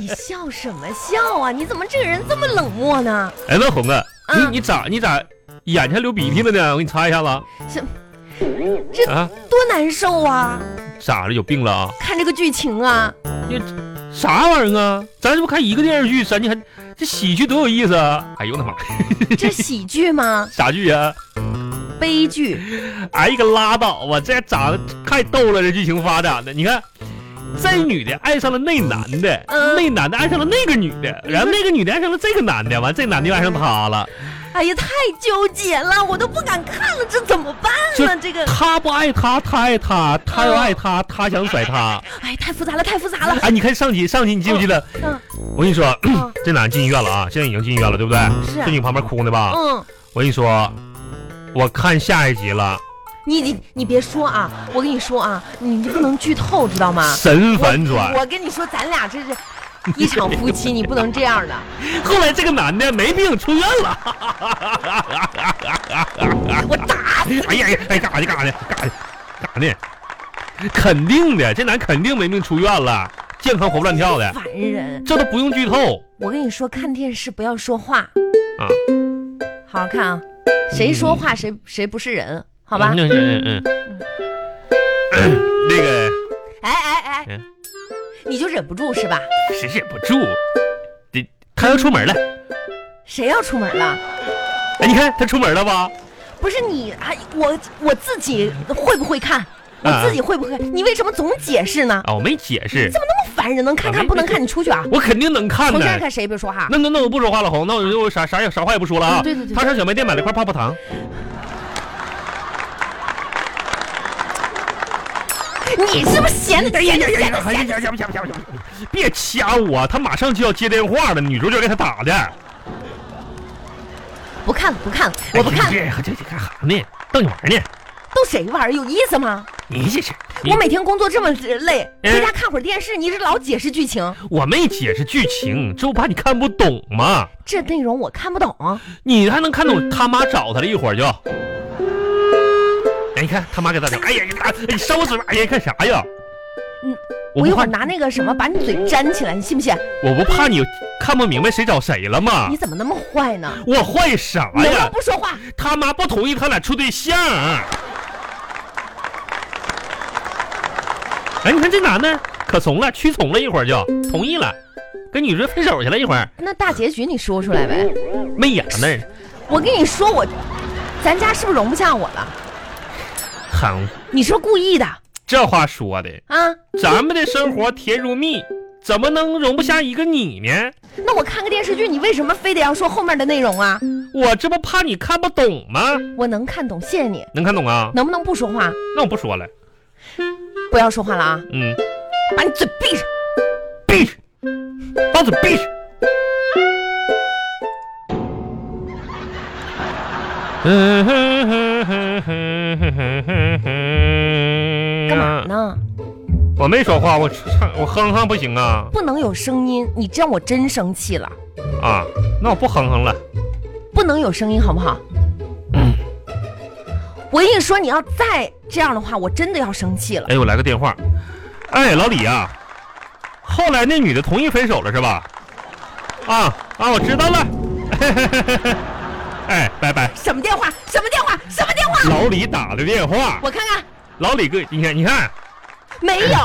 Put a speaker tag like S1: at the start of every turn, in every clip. S1: 你笑什么笑啊？你怎么这个人这么冷漠呢？
S2: 哎，那红啊，你
S1: 啊
S2: 你咋你咋眼前流鼻涕了呢？我给你擦一下子
S1: 这这
S2: 啊，
S1: 多难受啊！
S2: 咋了？有病了啊？
S1: 看这个剧情啊，
S2: 啥玩意儿啊？咱这不看一个电视剧，咱你还这喜剧多有意思啊！哎呦我的妈，？
S1: 这喜剧吗
S2: 啥剧啊？
S1: 悲剧，
S2: 哎呀个拉倒吧，这咋的太逗了？这剧情发展的，你看。这女的爱上了那男的，
S1: 嗯
S2: 那男的爱上了那个女的，然后那个女的爱上了这个男的，完这男的又爱上她了。
S1: 哎呀，太纠结了，我都不敢看了，这怎么办呢？这 个，
S2: 他不爱她，他爱她，他又爱她，他想甩 她。
S1: 哎，太复杂了，太复杂了。
S2: 哎，你看上集，上集你记不记得？
S1: 嗯
S2: 我跟你说，
S1: 嗯
S2: 这男的进医院了啊，现在已经进医院了，对不对？
S1: 是啊
S2: 就你旁边哭呢吧？
S1: 嗯，
S2: 我跟你说，我看下一集了，
S1: 你你你别说啊，我跟你说啊，你你不能剧透，知道吗？
S2: 神
S1: 我
S2: 反转。
S1: 啊我跟你说，咱俩这是一场夫妻，你不能这 样的。
S2: 后来这个男的没病出院了。
S1: 我打死
S2: 哎呀呀，哎，干啥去？干啥去？干啥去？干啥去？肯定的，这男肯定没病出院了，健康活蹦乱跳的，
S1: 烦人！
S2: 这都不用剧透
S1: 我跟你说，看电视不要说话，
S2: 啊。
S1: 好好看啊，谁说话谁谁不是人，好吧
S2: 嗯？嗯嗯嗯，那个
S1: 哎哎哎
S2: 嗯，
S1: 你就忍不住是吧？
S2: 谁忍不住，这他要出门了。
S1: 谁要出门了？
S2: 哎，你看他出门了吧？
S1: 不是你，哎，我我自己会不会看？我自己会不会看？你为什么总解释呢？
S2: 啊，我没解
S1: 你
S2: 释
S1: 怎，么那么烦人？能看看不能看，你出去啊！
S2: 我肯定能看
S1: 从
S2: 的
S1: 现。在看谁也别说话。啊
S2: 那那那我不说话了，红，那我就啥啥也啥话也不说了啊。
S1: 嗯对对对
S2: 他上小卖店买了块泡泡糖，
S1: 你是不是闲的？
S2: 哎呀
S1: 闲
S2: 呀
S1: 的
S2: 呀
S1: 闲
S2: 呀！
S1: 的
S2: 哎呀呀呀呀呀呀！别掐我，他马上就要接电话了，女主角给他打的。
S1: 不看了不看了，我不看了，
S2: 这这这干啥呢？逗你玩呢？
S1: 逗谁玩儿？有意思吗？
S2: 你这是
S1: 我每天工作这么呃累，
S2: 嗯
S1: 回家看会儿电视，你这老解释剧情，
S2: 我没解释剧情，这不怕你看不懂吗？
S1: 这内容我看不懂。
S2: 你还能看懂他妈找他了一会儿就。哎，你看他妈给他聊，哎呀，哎你烧我嘴巴，哎呀，干啥呀？
S1: 嗯，
S2: 我
S1: 我一
S2: 不怕啊
S1: 会儿，拿那个什么把你嘴粘起来，你信不信？
S2: 我不怕你看不明白谁找谁了吗
S1: 你？怎么那么坏呢？
S2: 我坏啥
S1: 你能不能
S2: 哎呀？
S1: 不说话？
S2: 他妈不同意他俩处对啊象。哎，你看这男的可怂了，屈从了一会儿就同意了，跟女主分手去了一会儿，
S1: 那大结局你说出来呗。
S2: 没眼呢。
S1: 我跟你说，我，咱家是不是容不下我了？
S2: 哼，
S1: 你是不是故意的
S2: 这话说的，
S1: 啊？
S2: 咱们的生活甜如蜜，怎么能容不下一个你呢？
S1: 那我看个电视剧，你为什么非得要说后面的内容啊？
S2: 我这不怕你看不懂吗？
S1: 我能看懂，谢谢你。
S2: 能看懂啊？
S1: 能不能不说话？
S2: 那我不说了。
S1: 不要说话了啊！
S2: 嗯，
S1: 把你嘴闭上。
S2: 闭上，把嘴闭上。
S1: 干嘛？呢？
S2: 嗯我没说话，我唱我哼哼不行啊
S1: 不能有声音，你这样我真生气了。
S2: 啊！那我不哼哼了。
S1: 不能有声音，好不好？
S2: 嗯
S1: 我跟你说，你要再这样的话，我真的要生气了。
S2: 哎，我来个电话。哎，老李啊，后来那女的同意分手了是吧？啊啊，我知道了。 哎，拜拜。
S1: 什么电话？什么电话？什么电话？
S2: 老李打的电话，
S1: 我看看，
S2: 老李哥，你看，你看
S1: 没有。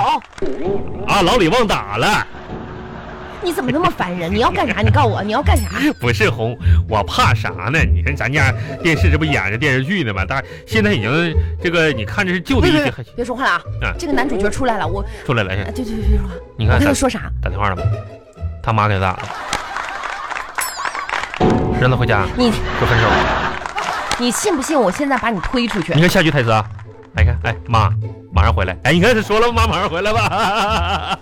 S2: 啊，老李忘打了。
S1: 你怎么那么烦人？你要干啥？你告诉我，你要干啥？
S2: 不是红，我怕啥呢？你看咱家电视这不演着电视剧呢吗？但现在已经这个，你看这是旧的
S1: 别
S2: 一
S1: 别
S2: 集
S1: 别，别说话了啊！
S2: 啊嗯
S1: 这个男主角出来了，我
S2: 出来了。
S1: 啊对对对，别说话。
S2: 你看
S1: 我跟
S2: 咱
S1: 他说啥？
S2: 打电话了吗？他妈给他打了，让他回家
S1: 你
S2: 就分手。
S1: 你信不信？我现在把你推出去
S2: 你！看下句台词啊，哎，你看，哎妈，马上回来，哎，你看他说了吗妈马上回来吧。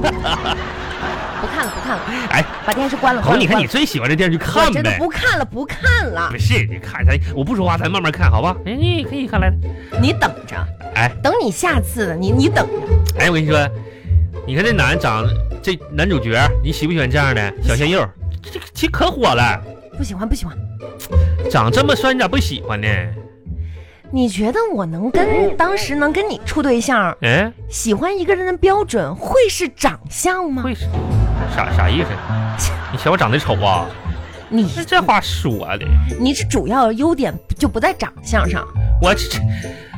S1: 不看了，不看了，
S2: 哎，
S1: 把电视关了。
S2: 红，
S1: 关了
S2: 你看
S1: 关
S2: 你
S1: 了
S2: 最喜欢这电视剧
S1: 我
S2: 看
S1: 真的
S2: 呗
S1: 不？看了，不看了。
S2: 不是，你看咱我不说话，咱慢慢看，好吧？哎，你可以看来，
S1: 你等着，
S2: 哎
S1: 等你下次，你你等着。
S2: 哎，我跟你说，你看这男长这男主角，你喜不喜欢这样的小鲜肉？这这可火了，
S1: 不喜欢，不喜欢。
S2: 长这么帅你咋不喜欢呢？
S1: 你觉得我能跟当时能跟你处对象，
S2: 哎，
S1: 喜欢一个人的标准会是长相吗？
S2: 会是啥啥意思？你嫌我长得丑啊？
S1: 你
S2: 这这话说的，
S1: 你这主要优点就不在长相上。
S2: 我这这，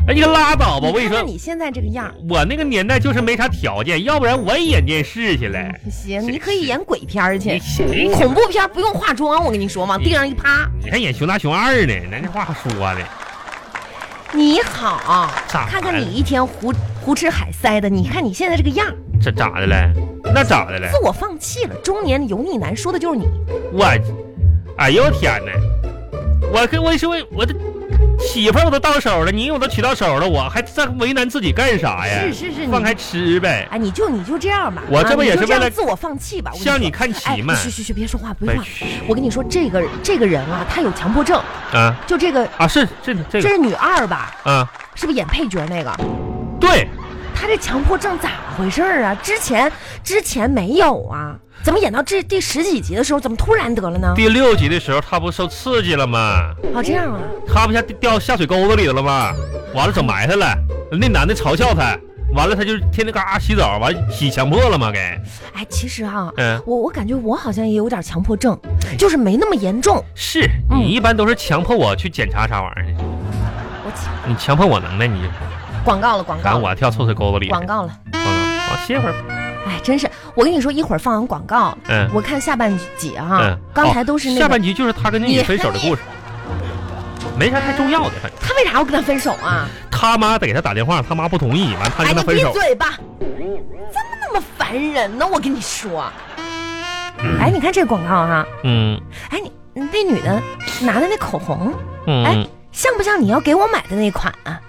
S2: 哎，你可拉倒吧！我跟你
S1: 看
S2: 说
S1: 看，你现在这个样儿，
S2: 我那个年代就是没啥条件，要不然我也演电视去了。
S1: 行，
S2: 是
S1: 你可以演鬼片儿去
S2: 你，谁？
S1: 恐怖片儿不用化妆，我跟你说，
S2: 哎
S1: 往地上一趴。
S2: 你还演熊大熊二呢？咱这话说的，
S1: 你好，
S2: 咋
S1: 看看你一天胡胡吃海塞的，你看你现在这个样儿，
S2: 这咋的了？那咋的了？
S1: 自我放弃了，中年油腻男说的就是你。
S2: 我，哎呦我天哪！我跟我说我的媳妇儿我都到手了，你我都娶到手了，我还在为难自己干啥呀？
S1: 是是是，你
S2: 放开吃呗。
S1: 哎，你就你就这样吧，
S2: 我这不
S1: 啊
S2: 也
S1: 你就是
S2: 为了
S1: 样自我放弃吧？我跟
S2: 向
S1: 说
S2: 你看齐嘛
S1: 哎，去去去，别说话，不用
S2: 委
S1: 话。
S2: 屈
S1: 我跟你说，这个这个人啊，他有强迫症，
S2: 啊
S1: 就这个
S2: 啊是这这
S1: 这
S2: 个
S1: 是女二吧？
S2: 啊
S1: 是不是演配角那个？
S2: 对，
S1: 他这强迫症咋回事儿啊？之前之前没有啊？怎么演到这第十几集的时候，怎么突然得了呢？
S2: 第六集的时候他不受刺激了吗？
S1: 哦，这样啊，
S2: 他不下掉下水沟子里头了吗？完了整埋汰了，那男的嘲笑他，完了他就天天嘎洗澡，完了洗强迫了吗？给
S1: 哎，其实啊，
S2: 嗯
S1: 我我感觉我好像也有点强迫症，
S2: 哎
S1: 就是没那么严重。
S2: 是
S1: 嗯
S2: 你一般都是强迫我去检查啥玩意儿，
S1: 我起
S2: 你强迫我能耐你。
S1: 广告了，广告
S2: 赶
S1: 了，
S2: 我跳臭水沟子里去。
S1: 广告了。
S2: 嗯，我歇会儿。
S1: 哎，真是，我跟你说，一会儿放完广告，
S2: 嗯
S1: 我看下半集啊，
S2: 嗯，
S1: 刚才都是那
S2: 哦
S1: 个，
S2: 下半集就是他跟那女分手的故事，没啥太重要的。反正
S1: 他为啥要跟他分手啊？
S2: 他妈得给他打电话，他妈不同意，完他
S1: 哎，
S2: 跟
S1: 你
S2: 他分
S1: 闭
S2: 手。
S1: 嘴吧！怎么那么烦人呢？我跟你说，哎，你看这广告啊，
S2: 嗯
S1: 哎，你那女的拿的那口红，哎
S2: 嗯
S1: 像不像你要给我买的那款啊？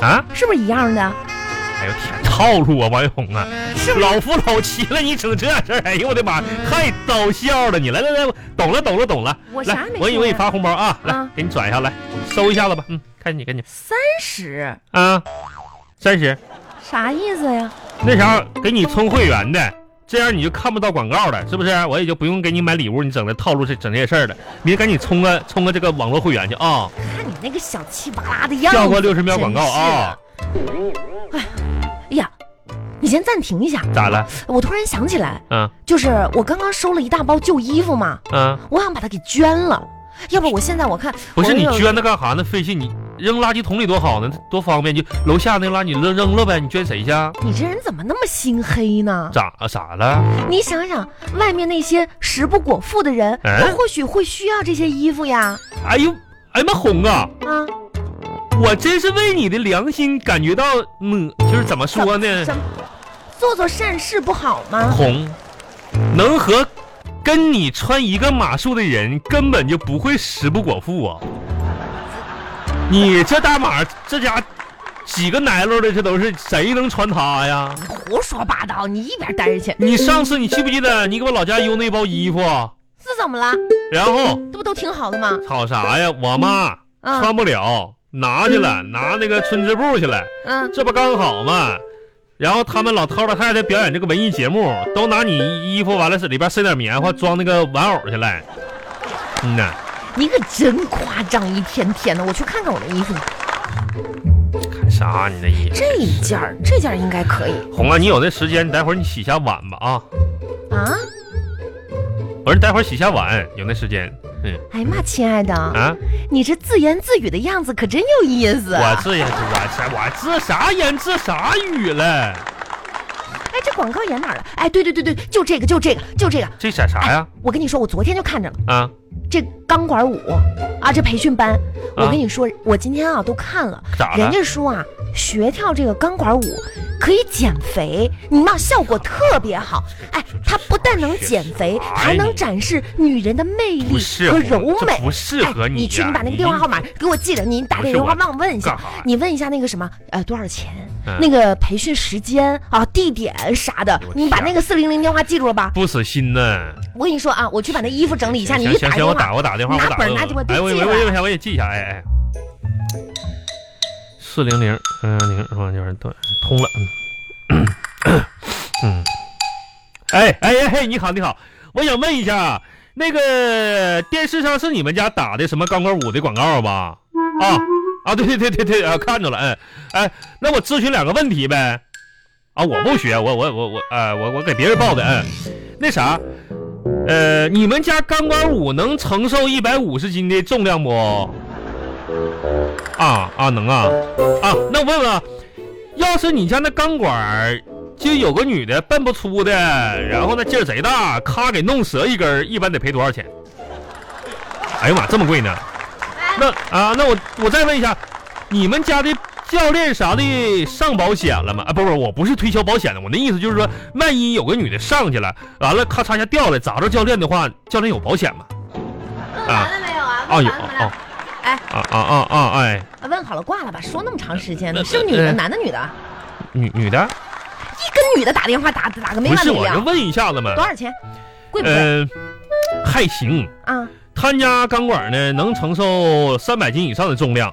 S2: 啊！
S1: 是不是一样的？
S2: 哎呦天，套路啊，王一红啊，
S1: 是不是？
S2: 老夫老妻了，你整这事儿，哎呦我的妈，太招笑了你。来来来，我懂了懂了懂了。
S1: 我啥
S2: 来
S1: 也没，
S2: 我给
S1: 说
S2: 你
S1: 呀
S2: 发红包啊，来
S1: 啊
S2: 给你转一下，来收一下子吧。嗯，看你赶紧
S1: 三十，
S2: 啊，三十。
S1: 啥意思呀？
S2: 那啥，给你充会员的，这样你就看不到广告了，是不是？我也就不用给你买礼物，你整这套路这整这些事儿了。你赶紧充个充个这个网络会员去啊！
S1: 看你那个小气巴拉的样子，
S2: 跳过60秒广告啊
S1: 真是的！哎呀，你先暂停一下，
S2: 咋了？
S1: 我突然想起来，
S2: 嗯
S1: 就是我刚刚收了一大包旧衣服嘛，
S2: 嗯，
S1: 我想把它给捐了，要不我现在我看
S2: 不是
S1: 我
S2: 你
S1: 有
S2: 捐它干啥呢？费劲，你扔垃圾桶里多好呢，多方便，就楼下那垃圾你扔扔了呗，你捐谁去？啊？
S1: 你这人怎么那么心黑呢？
S2: 咋啊咋了？
S1: 你想想，外面那些食不果腹的人，
S2: 哎
S1: 他或许会需要这些衣服呀，
S2: 哎呦，哎呀妈红啊！
S1: 啊，
S2: 我真是为你的良心感觉到嗯，就是怎么说呢？
S1: 怎么做做善事不好吗？
S2: 红，能和跟你穿一个码数的人，根本就不会食不果腹啊！你这大码，这家几个奶酪的，这都是谁能穿它呀？
S1: 胡说八道，你一边待着去。
S2: 你上次你记不记得你给我老家邮那包衣服？啊
S1: 这怎么了？
S2: 然后
S1: 这不都挺好的吗？
S2: 吵啥呀？我妈
S1: 啊，
S2: 穿不了，拿去了，拿那个村支部去了，
S1: 嗯，
S2: 这不刚好吗？然后他们老头老太太表演这个文艺节目，都拿你衣服完了是里边塞点棉花装那个玩偶去了。嗯呐，
S1: 你可真夸张，一天天的。我去看看我的衣服，
S2: 看啥啊你那衣服？
S1: 这一件儿，这件儿应该可以
S2: 红啊，你有那时间，你待会儿你洗下碗吧啊！
S1: 啊。
S2: 我说你待会儿洗下碗，有那时间。嗯
S1: 哎呀妈，亲爱的，
S2: 啊，
S1: 你这自言自语的样子可真有意思。啊
S2: 我这也我这哎我这啥言这啥语了？
S1: 哎，这广告演哪儿了？哎，对对对对，就这个，就这个，就这个。
S2: 这色啥呀？
S1: 我跟你说，我昨天就看着了
S2: 啊，
S1: 这钢管舞啊，这培训班。我
S2: 啊
S1: 跟你说，我今天啊都看了，
S2: 咋
S1: 人
S2: 了？
S1: 家说啊，学跳这个钢管舞可以减肥，你妈效果特别好。哎，它不但能减肥，
S2: 哎
S1: 还能展示女人的魅力
S2: 不适
S1: 和
S2: 合，
S1: 柔
S2: 这
S1: 美。
S2: 不适合
S1: 哎，
S2: 你呀。
S1: 你去，你把那个电话号码给我记着，你打
S2: 不是
S1: 电话
S2: 我
S1: 让我问一下
S2: 干啥呀，
S1: 你问一下那个什么，呃，多少钱？
S2: 嗯
S1: 那个培训时间啊、地点啥的
S2: 哎呦，我
S1: 你把
S2: 天
S1: 那个四零零电话记住了吧？
S2: 不死心呢。
S1: 我跟你说啊，我去把那衣服整理一下，你
S2: 行
S1: 一
S2: 行
S1: 打
S2: 行，
S1: 电
S2: 我
S1: 话
S2: 打我打电话，
S1: 拿
S2: 我打。
S1: 本儿拿着我
S2: 哎，
S1: 都
S2: 我
S1: 记
S2: 我
S1: 了
S2: 我我想我也记一下，哎哎。四零零嗯零是吧？就是对，通了，嗯嗯。哎哎哎哎，你好你好，我想问一下，啊那个电视上是你们家打的什么钢管舞的广告吧？啊，啊，对对对对对啊，看着了，哎哎，那我咨询两个问题呗。啊，我不学，我我我我，哎，我我给别人报的，哎，那啥，呃，你们家钢管舞能承受一百五十斤的重量不？啊啊，能啊啊，那我问问，要是你家那钢管儿就有个女的笨不粗的，然后那劲儿贼大，咔给弄折一根儿，一般得赔多少钱？哎呀妈，这么贵呢？那啊，那我我再问一下，你们家的教练啥的上保险了吗？啊，不不，我不是推销保险的，我那意思就是说，万一有个女的上去了，完了咔嚓一下掉了，砸着教练的话，教练有保险吗？
S3: 问完了没有啊？
S2: 啊
S3: 问
S2: 有
S3: 完了没有
S2: 啊
S1: 哎，
S2: 啊啊啊啊哎，
S1: 问好了，挂了吧，说那么长时间
S2: 那
S1: 呢，是女的，
S2: 呃
S1: 男的，女的，
S2: 女女的
S1: 一跟女的打电话打打个没
S2: 不
S1: 完
S2: 是，
S1: 没
S2: 我就
S1: 了，
S2: 问一下子嘛
S1: 多。少钱？贵不贵
S2: 呃，还行，
S1: 啊？
S2: 他家钢管呢能承受三百斤以上的重量，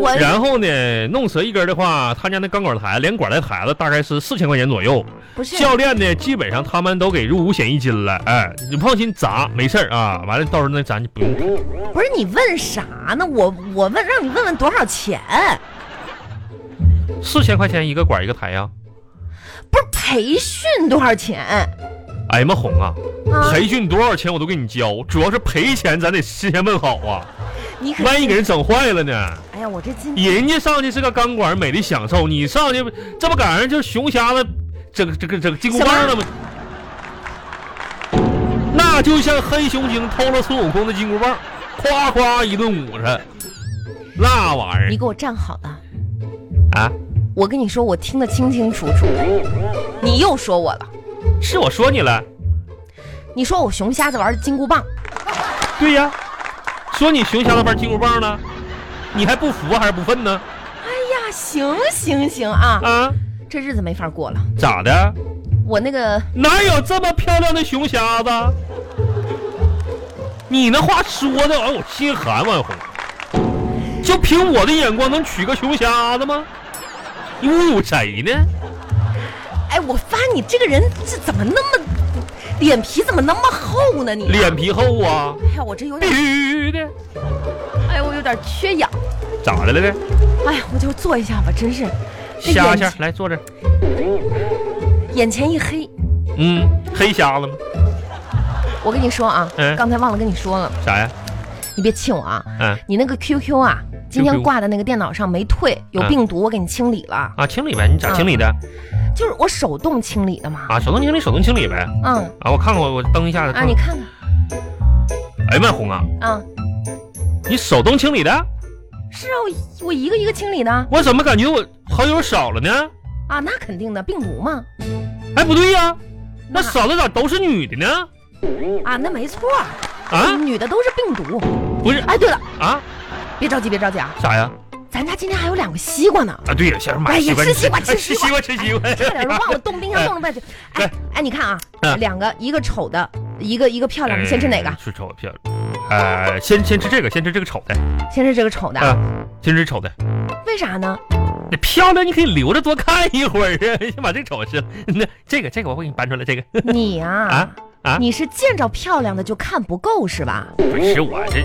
S1: 我
S2: 然后呢弄折一根的话，他家那钢管台连管带台子大概是四千块钱左右。
S1: 不是
S2: 教练呢，基本上他们都给入五险一金了。哎，你放心砸，没事儿啊。完了，到时候那咱就不用赔。
S1: 不是你问啥呢？我我问让你问问多少钱？
S2: 四千块钱一个管一个台呀、啊
S1: 不是培训多少钱？
S2: 哎呀妈，红啊，
S1: 啊，
S2: 培训多少钱我都给你交，主要是赔钱咱得事先问好啊，
S1: 你可
S2: 万一给人整坏了呢？
S1: 哎呀，我这今
S2: 人家上去是个钢管，美的享受，你上去这不赶上就是熊瞎子，这个这个这个金箍棒了吗？那就像黑熊精偷了孙悟空的金箍棒，夸夸一顿捂他，那玩意
S1: 你给我站好了，
S2: 儿啊！
S1: 我跟你说，我听得清清楚楚。你又说我了，
S2: 是我说你了，
S1: 你说我熊瞎子玩的金箍棒，啊
S2: 对呀，说你熊瞎子玩金箍棒呢，你还不服还是不忿呢？
S1: 哎呀，行行行啊，
S2: 啊，
S1: 这日子没法过了。
S2: 咋的？
S1: 我那个
S2: 哪有这么漂亮的熊瞎子？你那话说的，哎，我心寒，万红。就凭我的眼光，能娶个熊瞎子吗？你侮辱谁呢？
S1: 哎，我发现你这个人这怎么那么脸皮怎么那么厚呢？你
S2: 脸，皮厚啊，
S1: 哎呀，我这有
S2: 必
S1: 点，
S2: 须的。
S1: 哎呀，我有点缺氧，
S2: 咋的了呢？
S1: 哎呀，我就坐一下吧，真是，这
S2: 瞎
S1: 眼
S2: 瞎
S1: 前，
S2: 来坐这儿。
S1: 眼前一黑。
S2: 嗯，黑瞎子吗？
S1: 我跟你说啊，
S2: 嗯
S1: 刚才忘了跟你说了，
S2: 啥呀？
S1: 你别气我啊，
S2: 嗯
S1: 你那个 QQ 啊，今天挂在那个电脑上没退，
S2: 嗯
S1: 有病毒，我给你清理了，
S2: 啊，清理呗。你咋清理的？
S1: 就是我手动清理的嘛。
S2: 啊，手动清理，手动清理呗。
S1: 嗯
S2: 啊，我嗯看看，我我蹬一下子。
S1: 啊，你看
S2: 哎呀妈，红啊，
S1: 看啊，
S2: 你手动清理的？
S1: 是啊，我我一个一个清理的
S2: 我怎么感觉我好友少了呢？
S1: 啊，那肯定的，病毒嘛，
S2: 哎，不对呀、那
S1: 那
S2: 嫂子咋都是女的呢？
S1: 啊，那没错，
S2: 啊，
S1: 女的都是病毒。
S2: 不是
S1: 哎，对了，
S2: 啊，
S1: 别着急，别着急啊，
S2: 啥呀？
S1: 咱家今天还有两个西瓜呢，
S2: 啊，对了，先生买
S1: 哎
S2: 西
S1: 呀
S2: 瓜，
S1: 吃西瓜
S2: 你
S1: 吃
S2: 哎
S1: 西
S2: 吃西瓜，吃西瓜，
S1: 差点忘 了冻冰箱冻了半天。哎
S2: 哎
S1: 哎，你看啊，
S2: 嗯
S1: 两个一个丑的，一个一个漂亮的，
S2: 哎
S1: 先吃哪个？
S2: 吃丑的漂亮。呃，先先吃这个，先吃这个丑的，
S1: 先吃这个丑的啊，
S2: 啊，先吃丑的。
S1: 为啥呢？
S2: 那漂亮你可以留着多看一会儿啊，先把这个丑吃了。 那这个这个我给你搬出来，这个
S1: 你 呀、
S2: 啊啊
S1: 你是见着漂亮的就看不够是吧？
S2: 不是我这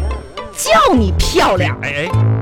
S1: 叫你漂亮，
S2: 哎哎，